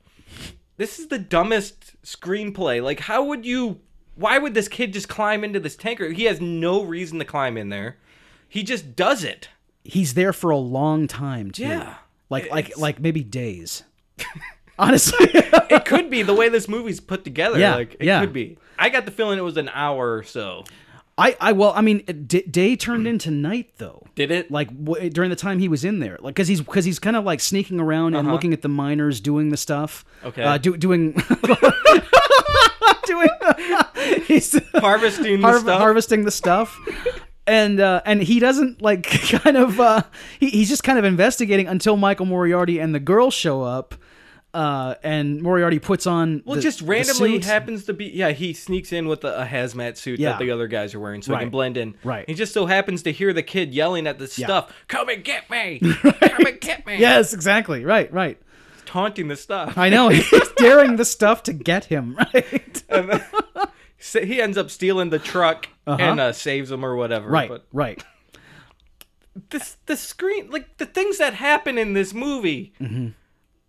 S1: This is the dumbest screenplay. Like, how would you? Why would this kid just climb into this tanker? He has no reason to climb in there. He just does it.
S2: he's there for a long time too.
S1: Yeah.
S2: Like like like
S1: [LAUGHS]
S2: maybe days. Honestly. [LAUGHS]
S1: It could be the way this movie's put together.
S2: Yeah,
S1: like, it
S2: yeah.
S1: could be. I got the feeling it was an hour or so.
S2: I I well, I mean d- day turned into night though.
S1: Did it?
S2: Like w- during the time he was in there, like because he's because he's kind of like sneaking
S1: Uh-huh. [LAUGHS]
S2: around and looking at the miners Uh, doing [LAUGHS] the stuff.
S1: Okay.
S2: uh, do, doing doing [LAUGHS] he's
S1: Harvesting the
S2: harv-
S1: stuff?
S2: harvesting the stuff
S1: [LAUGHS]
S2: and uh, and he doesn't like [LAUGHS] kind of uh, he, he's just kind of investigating until Michael Moriarty and the girl show up uh, and Moriarty puts on
S1: Well,
S2: the-
S1: just
S2: the
S1: randomly
S2: suit.
S1: happens to be. Yeah, he sneaks in with a, a hazmat suit
S2: Yeah.
S1: that the other guys are wearing, so he can
S2: Right.
S1: blend in.
S2: Right.
S1: He just so happens to hear the kid yelling at the stuff, "Come and get
S2: [LAUGHS]
S1: me! Come and get me!"
S2: yes exactly right right
S1: Taunting the stuff.
S2: I know [LAUGHS] he's daring the stuff to get him [LAUGHS] right
S1: So he ends up stealing the truck and uh, saves him or whatever.
S2: Uh-huh. right
S1: But
S2: right
S1: this the screen, like the things that happen in this movie,
S2: Mm-hmm.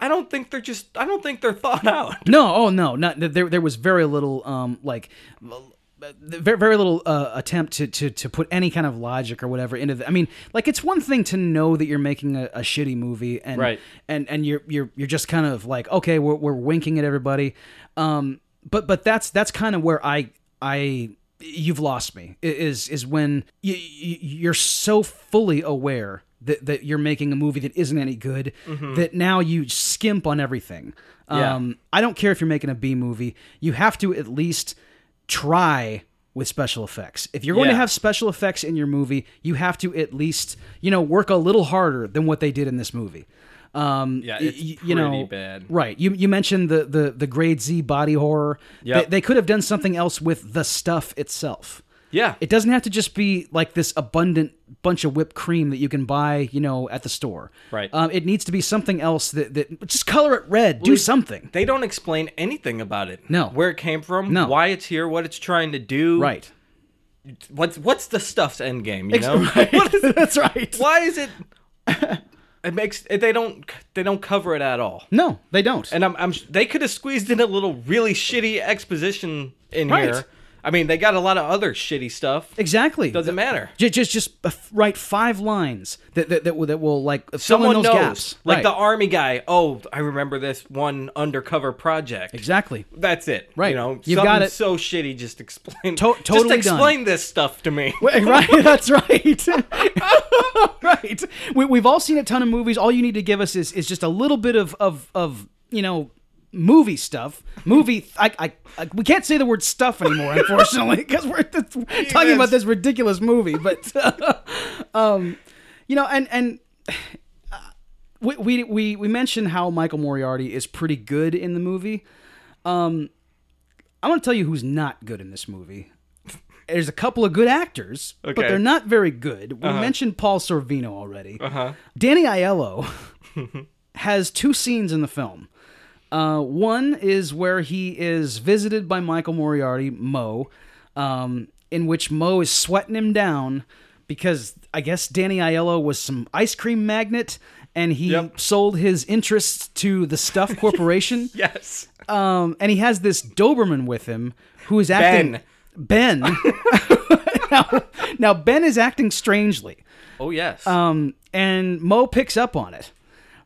S1: I don't think they're just. I don't think they're thought [LAUGHS] out.
S2: No, oh no, not there. There was very little, um, like very very little uh, attempt to, to to put any kind of logic or whatever into. The, I mean, like it's one thing to know that you're making a, a shitty movie, and
S1: Right.
S2: and and you're you're you're just kind of like, okay, we're we're winking at everybody, um, but but that's that's kind of where I I you've lost me i- is is when you, you're so fully aware that, that you're making a movie that isn't any good that now you skimp on everything
S1: Yeah.
S2: um, I don't care if you're making a B movie, you have to at least try with special effects. If you're going
S1: Yeah.
S2: to have special effects in your movie, you have to at least, you know, work a little harder than what they did in this movie. Um,
S1: Yeah,
S2: y-
S1: Uh, it's
S2: y-
S1: pretty
S2: you know,
S1: bad.
S2: Right. You you mentioned the the the grade Z body horror.
S1: Yep.
S2: They, they could have done something else with the stuff itself.
S1: Yeah.
S2: It doesn't have to just be like this abundant bunch of whipped cream that you can buy, you know, at the store.
S1: Right.
S2: Um, it needs to be something else that, that just color it red. do something.
S1: they don't explain anything about it.
S2: No.
S1: Where it came from,
S2: No.
S1: why it's here, what it's trying to do.
S2: Right.
S1: What's what's the stuff's end game, [LAUGHS] you
S2: [LAUGHS]
S1: know?
S2: What is That's right.
S1: why is
S2: [LAUGHS]
S1: it it makes they don't they don't cover it at all
S2: No, they don't.
S1: and i'm, I'm they could have squeezed in a little really shitty exposition in
S2: Right.
S1: here i mean they got a lot of other shitty stuff
S2: exactly.
S1: doesn't matter
S2: Ju- just just uh, f- write five lines that that, that, will, that will like fill
S1: someone
S2: in those
S1: knows
S2: gaps.
S1: like
S2: right.
S1: the army guy oh i remember this one undercover project
S2: exactly.
S1: that's it
S2: Right.
S1: you know
S2: You've
S1: something
S2: got it.
S1: so shitty just explain
S2: To- totally
S1: just
S2: done.
S1: explain this stuff to me
S2: Wait, right, that's right. [LAUGHS] right. We, we've all seen a ton of movies. All you need to give us is, is just a little bit of, of, of you know, movie stuff. Movie. I, I, I we can't say the word stuff anymore, unfortunately, [LAUGHS] because we're that's- talking about this ridiculous movie. But, [LAUGHS] um, you know, and and. uh, We, we, we, we mentioned how Michael Moriarty is pretty good in the movie. I'm going to tell you who's not good in this movie. There's a couple of good actors,
S1: Okay.
S2: but they're not very good. We mentioned Paul Sorvino already.
S1: uh-huh
S2: Danny
S1: [LAUGHS]
S2: Aiello has two scenes in the film. Uh, one is where he is visited by Michael Moriarty, Mo, um, in which Mo is sweating him down because I guess Danny Aiello was some ice cream magnet and he
S1: Yep.
S2: sold his interests to
S1: [LAUGHS]
S2: the Stuff Corporation.
S1: [LAUGHS] yes
S2: Um, and he has this Doberman with him who is acting Ben. [LAUGHS] now, now Ben is acting strangely.
S1: oh yes
S2: Um, and Mo picks up on it,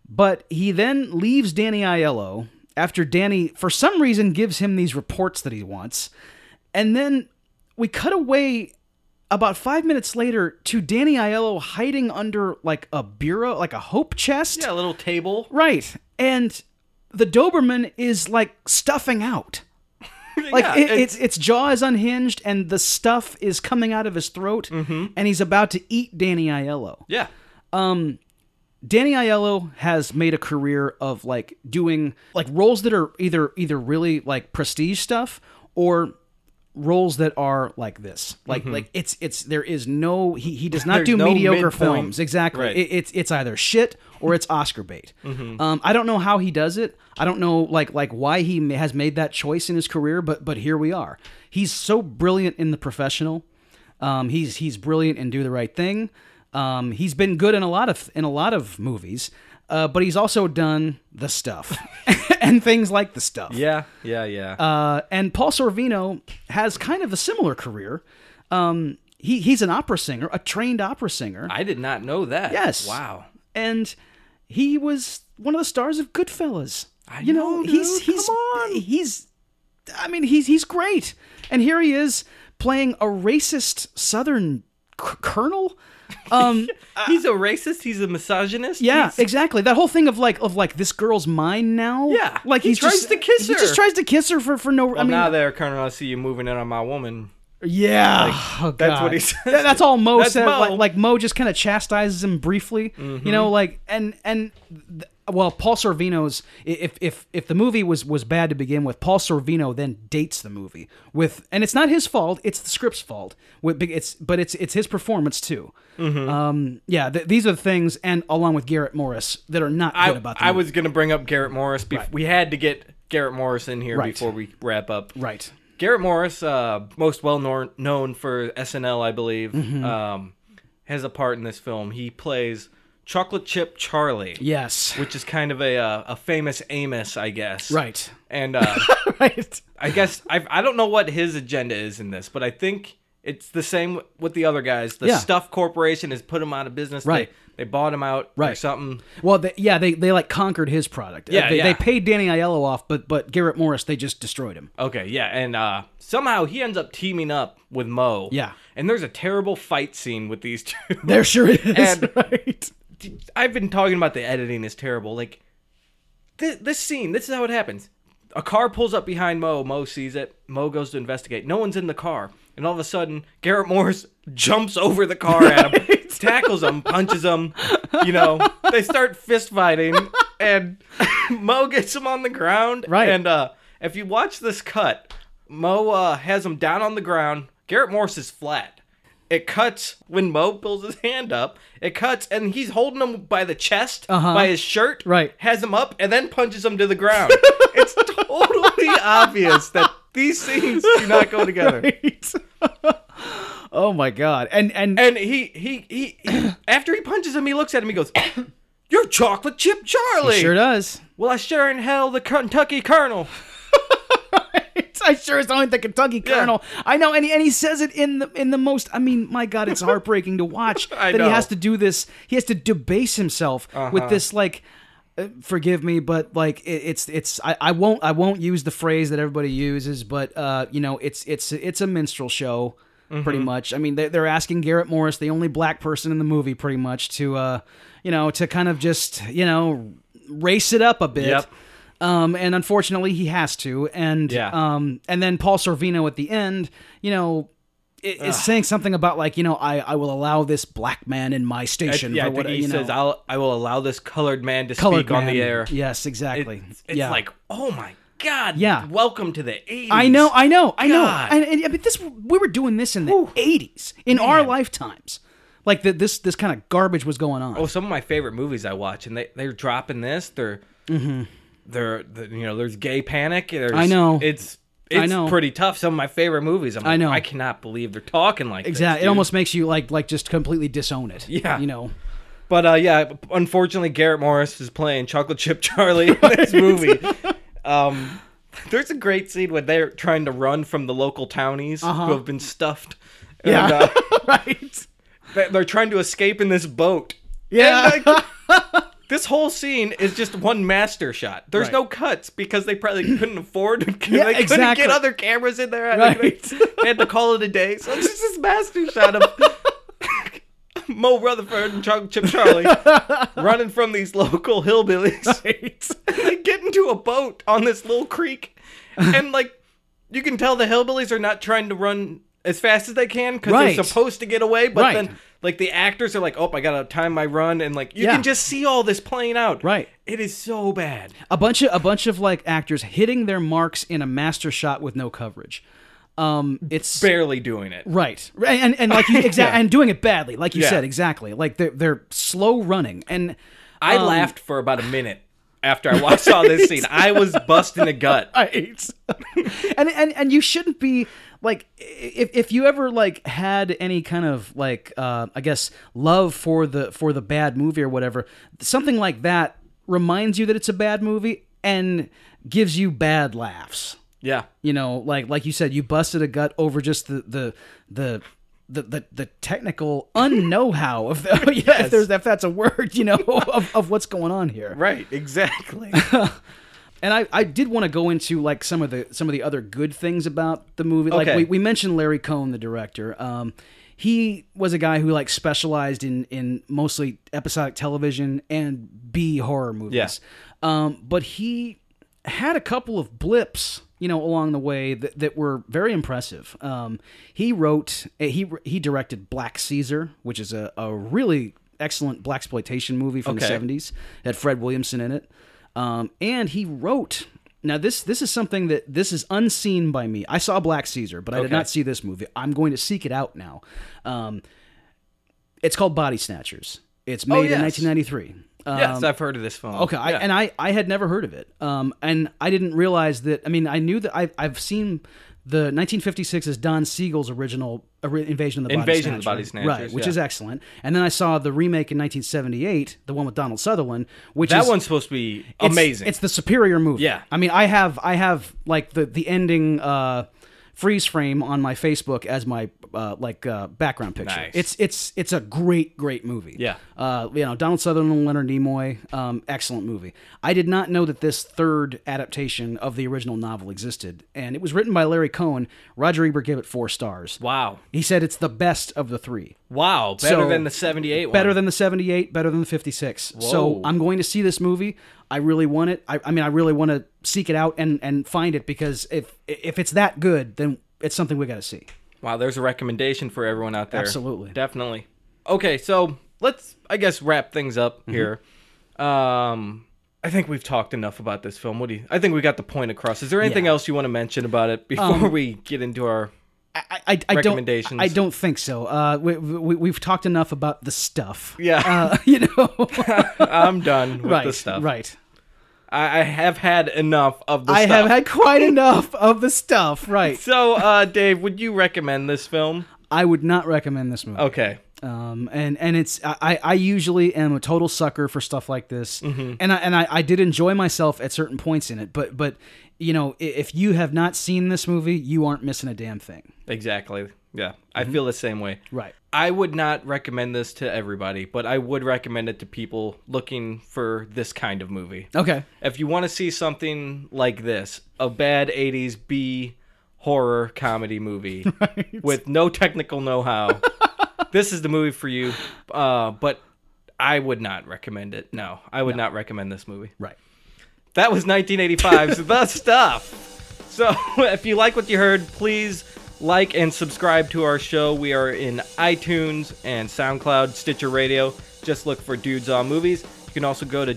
S2: but he then leaves Danny Aiello after Danny, for some reason, gives him these reports that he wants, and then we cut away about five minutes later to Danny Aiello hiding under like a bureau, like a hope chest.
S1: yeah a little [LAUGHS] table
S2: Right. And the Doberman is like stuffing out. Like
S1: Yeah,
S2: it, it's its jaw is unhinged and the stuff is coming out of his throat
S1: Mm-hmm.
S2: and he's about to eat Danny Aiello.
S1: yeah
S2: Danny Aiello has made a career of like doing like roles that are either either really like prestige stuff or roles that are like this. Like like it's it's there is no he, he does not
S1: Mm-hmm. There's
S2: do
S1: no
S2: mediocre
S1: midpoint.
S2: films. Exactly.
S1: Right.
S2: It, it's it's either shit or it's Oscar bait. Um, I don't know how he does it. I don't know like like why he ma- has made that choice in his career, but but here we are. He's so brilliant in the professional. Um, he's he's brilliant in Do the Right Thing. Um, he's been good in a lot of in a lot of movies, uh, but he's also done the stuff [LAUGHS] and things like the stuff.
S1: yeah yeah yeah
S2: Uh, and Paul Sorvino has kind of a similar career. Um, he he's an opera singer, a trained opera singer,
S1: i did not know that
S2: Yes.
S1: wow
S2: and he was one of the stars of Goodfellas.
S1: I
S2: you know,
S1: know,
S2: he's
S1: dude.
S2: he's
S1: Come on.
S2: he's I mean, he's he's great. And here he is playing a racist southern c- colonel.
S1: [LAUGHS]
S2: Um,
S1: he's a racist. He's a misogynist.
S2: yeah,
S1: he's-
S2: exactly. That whole thing of like of like this girl's mine now.
S1: Yeah,
S2: like
S1: he
S2: he's
S1: tries
S2: just,
S1: to kiss
S2: He
S1: her.
S2: just tries to kiss her for for no. I
S1: Well,
S2: mean,
S1: now there, Colonel. I see you moving in on my woman.
S2: Yeah, Oh,
S1: that's what
S2: God.
S1: he says.
S2: That- that's all Mo
S1: That's
S2: said.
S1: Mo. Mm-hmm.
S2: Like, like Mo just kind of chastises him briefly, you know. Like and and th- well, Paul Sorvino's i- if if if the movie was was bad to begin with, Paul Sorvino then dates the movie with, and it's not his fault. It's the script's fault. With big- it's but it's it's his performance too.
S1: Mm-hmm.
S2: Um, yeah, th- these are the things, and along with Garrett Morris, that are not good
S1: I,
S2: about. The
S1: I
S2: movie.
S1: was gonna bring up Garrett Morris. Bef- We had to get Garrett Morris in here
S2: Right.
S1: before we wrap up.
S2: right.
S1: Garrett Morris, uh, most well nor- known for SNL, I believe,
S2: Mm-hmm.
S1: um, has a part in this film. He plays Chocolate Chip Charlie, [LAUGHS]
S2: Yes.
S1: which is kind of a uh, a famous Amos, I guess.
S2: Right. [LAUGHS]
S1: And uh,
S2: right.
S1: I guess I I don't know what his agenda is in this, but I think it's the same with the other guys. The
S2: Yeah.
S1: Stuff Corporation has put him out of business.
S2: Right.
S1: They, they bought him out or
S2: Right.
S1: something.
S2: Well, they, yeah, they they like conquered his product.
S1: Yeah,
S2: they,
S1: yeah.
S2: they paid Danny Aiello off, but but Garrett Morris they just destroyed him.
S1: Okay, yeah, and uh, somehow he ends up teaming up with Mo.
S2: Yeah.
S1: and there's a terrible fight scene with these [LAUGHS] two.
S2: There sure is.
S1: And-
S2: [LAUGHS] right.
S1: I've been talking about the editing is terrible. Like th- this scene, this is how it happens. A car pulls up behind Mo. Mo sees it. Mo goes to investigate. No one's in the car, and all of a sudden, Garrett Morris [LAUGHS] jumps over the car at him, tackles him, punches him. You know, they start fist fighting, and [LAUGHS] Mo gets him on the ground.
S2: Right.
S1: And uh, if you watch this cut, Mo uh, has him down on the ground. Garrett Morris is flat. It cuts when Mo pulls his hand up. It cuts, and he's holding him by the chest, by his shirt,
S2: Uh-huh. Right.
S1: has him up, and then punches him to the ground. [LAUGHS] it's
S2: [LAUGHS]
S1: totally obvious that these scenes do not go together.
S2: oh my god. And and,
S1: And he, he, he,
S2: [COUGHS]
S1: he- after he punches him, he looks at him. He goes, [COUGHS] "You're chocolate chip Charlie."
S2: sure does.
S1: well, I sure in hell the Kentucky Colonel.
S2: It's- [LAUGHS] I sure it's only the Kentucky Colonel. I know, and he, and he says it in the in the most. I mean, my God,
S1: [LAUGHS]
S2: it's heartbreaking to watch
S1: I
S2: that
S1: know. Uh-huh.
S2: he has to do this. He has to debase himself with this like. uh, Forgive me, but like it, it's it's I, I won't I won't use the phrase that everybody uses, but uh, you know it's it's it's a minstrel show, pretty
S1: Mm-hmm.
S2: much. I mean they're, they're asking Garrett Morris, the only black person in the movie, pretty much to uh, you know to kind of just you know race it up a bit,
S1: Yep.
S2: um, and unfortunately he has to, and
S1: Yeah.
S2: um, and then Paul Sorvino at the end, you know, i- is saying something about like, you know, I, I will allow this black man in my station.
S1: yeah,
S2: for
S1: I think
S2: what,
S1: he
S2: you know,
S1: says, "I'll, I will allow this colored man to
S2: colored
S1: speak on the
S2: man."
S1: air."
S2: Yes, exactly.
S1: It's, it's
S2: yeah.
S1: like, oh my god!
S2: Yeah.
S1: welcome to the '80s.
S2: I know, I know, I know.
S1: God.
S2: And, and, but this, we were doing this in the '80s, in our lifetimes. Like the, this, this kind of garbage was going on.
S1: Oh, some of my favorite movies I watch, and they they're dropping this. They're they're the, you know there's gay panic. There's,
S2: Mm-hmm. I know.
S1: it's it's
S2: I know.
S1: pretty tough. Some of my favorite movies. I'm like, I
S2: know.
S1: I cannot believe they're talking like
S2: exactly.
S1: This,
S2: It
S1: dude.
S2: almost makes you like, like just completely disown it.
S1: Yeah.
S2: You know.
S1: But uh, yeah, unfortunately, Garrett Morris is playing Chocolate Chip Charlie
S2: [LAUGHS]
S1: in this movie. um, there's a great scene when they're trying to run from the local townies who have been stuffed. And,
S2: Uh-huh. Yeah.
S1: uh, [LAUGHS]
S2: [LAUGHS] right.
S1: they- they're trying to escape in this boat.
S2: Yeah.
S1: And,
S2: [LAUGHS]
S1: like, this whole scene is just one master shot. There's
S2: Right.
S1: no cuts because they probably couldn't afford. [LAUGHS] they couldn't
S2: exactly.
S1: get other cameras in there. [LAUGHS] I think They,
S2: Right.
S1: they had to call it a day. So it's just this master shot of [LAUGHS] Mo Rutherford and Chocolate Chip
S2: [LAUGHS]
S1: Charlie running from these local hillbillies. they [LAUGHS] get into a boat on this little creek, and like you can tell the hillbillies are not trying to run as fast as they can because
S2: Right.
S1: they're supposed to get away. But
S2: Right.
S1: then like the actors are like, "Oh, I gotta time my run," and like you
S2: Yeah.
S1: can just see all this playing out.
S2: Right.
S1: It is so bad.
S2: a bunch of a bunch of like actors hitting their marks in a master shot with no coverage. Um, it's
S1: Barely doing it.
S2: right, Right, and
S1: [LAUGHS]
S2: and like you exactly and doing it badly, like you
S1: Yeah.
S2: said exactly. Like they're they're slow running, and
S1: I
S2: um,
S1: laughed for about a minute after I watched saw this
S2: [LAUGHS]
S1: scene. I was busting a gut.
S2: right. [LAUGHS] and and and you shouldn't be like i- if if you ever like had any kind of like uh, I guess love for the for the bad movie or whatever, something like that reminds you that it's a bad movie and gives you bad laughs.
S1: Yeah.
S2: you know like like you said you busted a gut over just the the the the, the, the technical unknow how of the, [LAUGHS] yeah, if there's if that's a word you know [LAUGHS] of, of what's going on here
S1: Right.
S2: [LAUGHS]
S1: Exactly.
S2: Um, and I, I did want to go into like some of the some of the other good things about the movie. Like
S1: Okay.
S2: we, we mentioned Larry Cohn, the director. Um, he was a guy who like specialized in in mostly episodic television and B horror movies.
S1: Yeah.
S2: Um, but he had a couple of blips, you know, along the way that, that were very impressive. Um, he wrote, eh, he he directed Black Caesar, which is a, a really excellent black exploitation movie from
S1: Okay.
S2: the 70s. Had Fred Williamson in it, um, and he wrote. Now this this is something that this is unseen by me. I saw Black Caesar, but I did
S1: Okay.
S2: not see this movie. I'm going to seek it out now. Um, it's called Body Snatchers. It's made
S1: Oh, yes.
S2: in 1993. Um,
S1: yes, I've heard of this film.
S2: Okay, I, and I, I had never heard of it, um, and I didn't realize that. I mean, I knew that I, I've seen the 1956 is Don Siegel's original ori- Invasion of the Body
S1: Invasion of the
S2: Snatcher.
S1: Body Snatchers,
S2: right? Which
S1: yeah.
S2: is excellent. And then I saw the remake in 1978, the one with Donald Sutherland, which
S1: that
S2: is
S1: one's supposed to be
S2: it's-
S1: amazing.
S2: It's the superior movie.
S1: Yeah.
S2: I mean, I have I have like the the ending uh freeze frame on my Facebook as my uh like uh background picture.
S1: Nice.
S2: It's it's it's a great great movie.
S1: Yeah.
S2: Uh you know, Donald Sutherland, Leonard Nimoy, um excellent movie. I did not know that this third adaptation of the original novel existed and it was written by Larry Cohen. Roger Ebert gave it 4 stars.
S1: wow,
S2: He said it's the best of the 3
S1: wow, better
S2: So-
S1: than the '78 one.
S2: better than the 78 better than the 56
S1: Whoa.
S2: so i'm going to see this movie i really want it i, I mean i really want to seek it out and and find it because if if it's that good then it's something we got to see
S1: Wow, there's a recommendation for everyone out there.
S2: Absolutely.
S1: Definitely. Okay, so let's I guess wrap things up
S2: Mm-hmm.
S1: here. Um I think we've talked enough about this film. What do you I think we got the point across. Is there anything
S2: Yeah. Um,
S1: else you want to mention about it before we get into our
S2: I, I, I- I
S1: Recommendations.
S2: Don't, I don't think so. Uh, we, we, we've talked enough about the stuff.
S1: Yeah.
S2: Uh, [LAUGHS] you
S1: [LAUGHS]
S2: know.
S1: I'm done with
S2: right.
S1: the stuff.
S2: Right.
S1: I, I have had enough of the
S2: I
S1: stuff.
S2: have had quite enough of the stuff. Right.
S1: [LAUGHS] so uh Dave, would you recommend this film?
S2: I would not recommend this movie.
S1: Okay.
S2: um, and and it's I, I- I usually am a total sucker for stuff like this, and I and I, I did enjoy myself at certain points in it, but but you know i- if you have not seen this movie, you aren't missing a damn thing,
S1: Exactly. Yeah. I feel the same way.
S2: Mm-hmm. right?
S1: I would not recommend this to everybody, but I would recommend it to people looking for this kind of movie.
S2: Okay,
S1: If you want to see something like this, a bad 80s B horror comedy movie with no technical know how, this is the movie for you. Uh, but I would not recommend it. No, I would not recommend this movie.
S2: right.
S1: That was 1985's The Stuff. So, [LAUGHS] if you like what you heard, please like and subscribe to our show. We are in iTunes and SoundCloud, Stitcher Radio. Just look for Dudes on Movies. You can also go to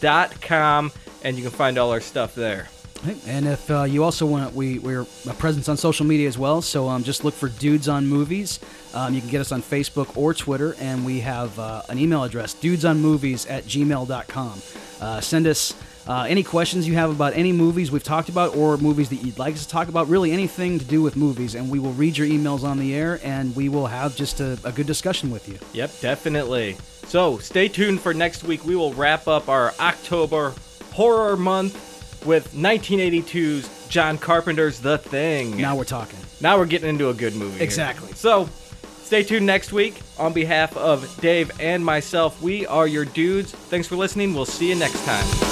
S1: dudesonmovies.com and you can find all our stuff there.
S2: Right. And if uh, you also want, we we're a presence on social media as well. So um, just look for Dudes on Movies. Um, you can get us on Facebook or Twitter, and we have uh, an email address: dudesonmovies at gmail.com. Uh, send us. Uh, any questions you have about any movies we've talked about or movies that you'd like us to talk about, really anything to do with movies, and we will read your emails on the air and we will have just a, a good discussion with you.
S1: Yep, definitely. So stay tuned for next week. We will wrap up our October horror month with 1982's John Carpenter's The Thing.
S2: Now we're talking.
S1: Now we're getting into a good movie. here.
S2: Exactly.
S1: So stay tuned next week. On behalf of Dave and myself, we are your dudes. Thanks for listening. We'll see you next time.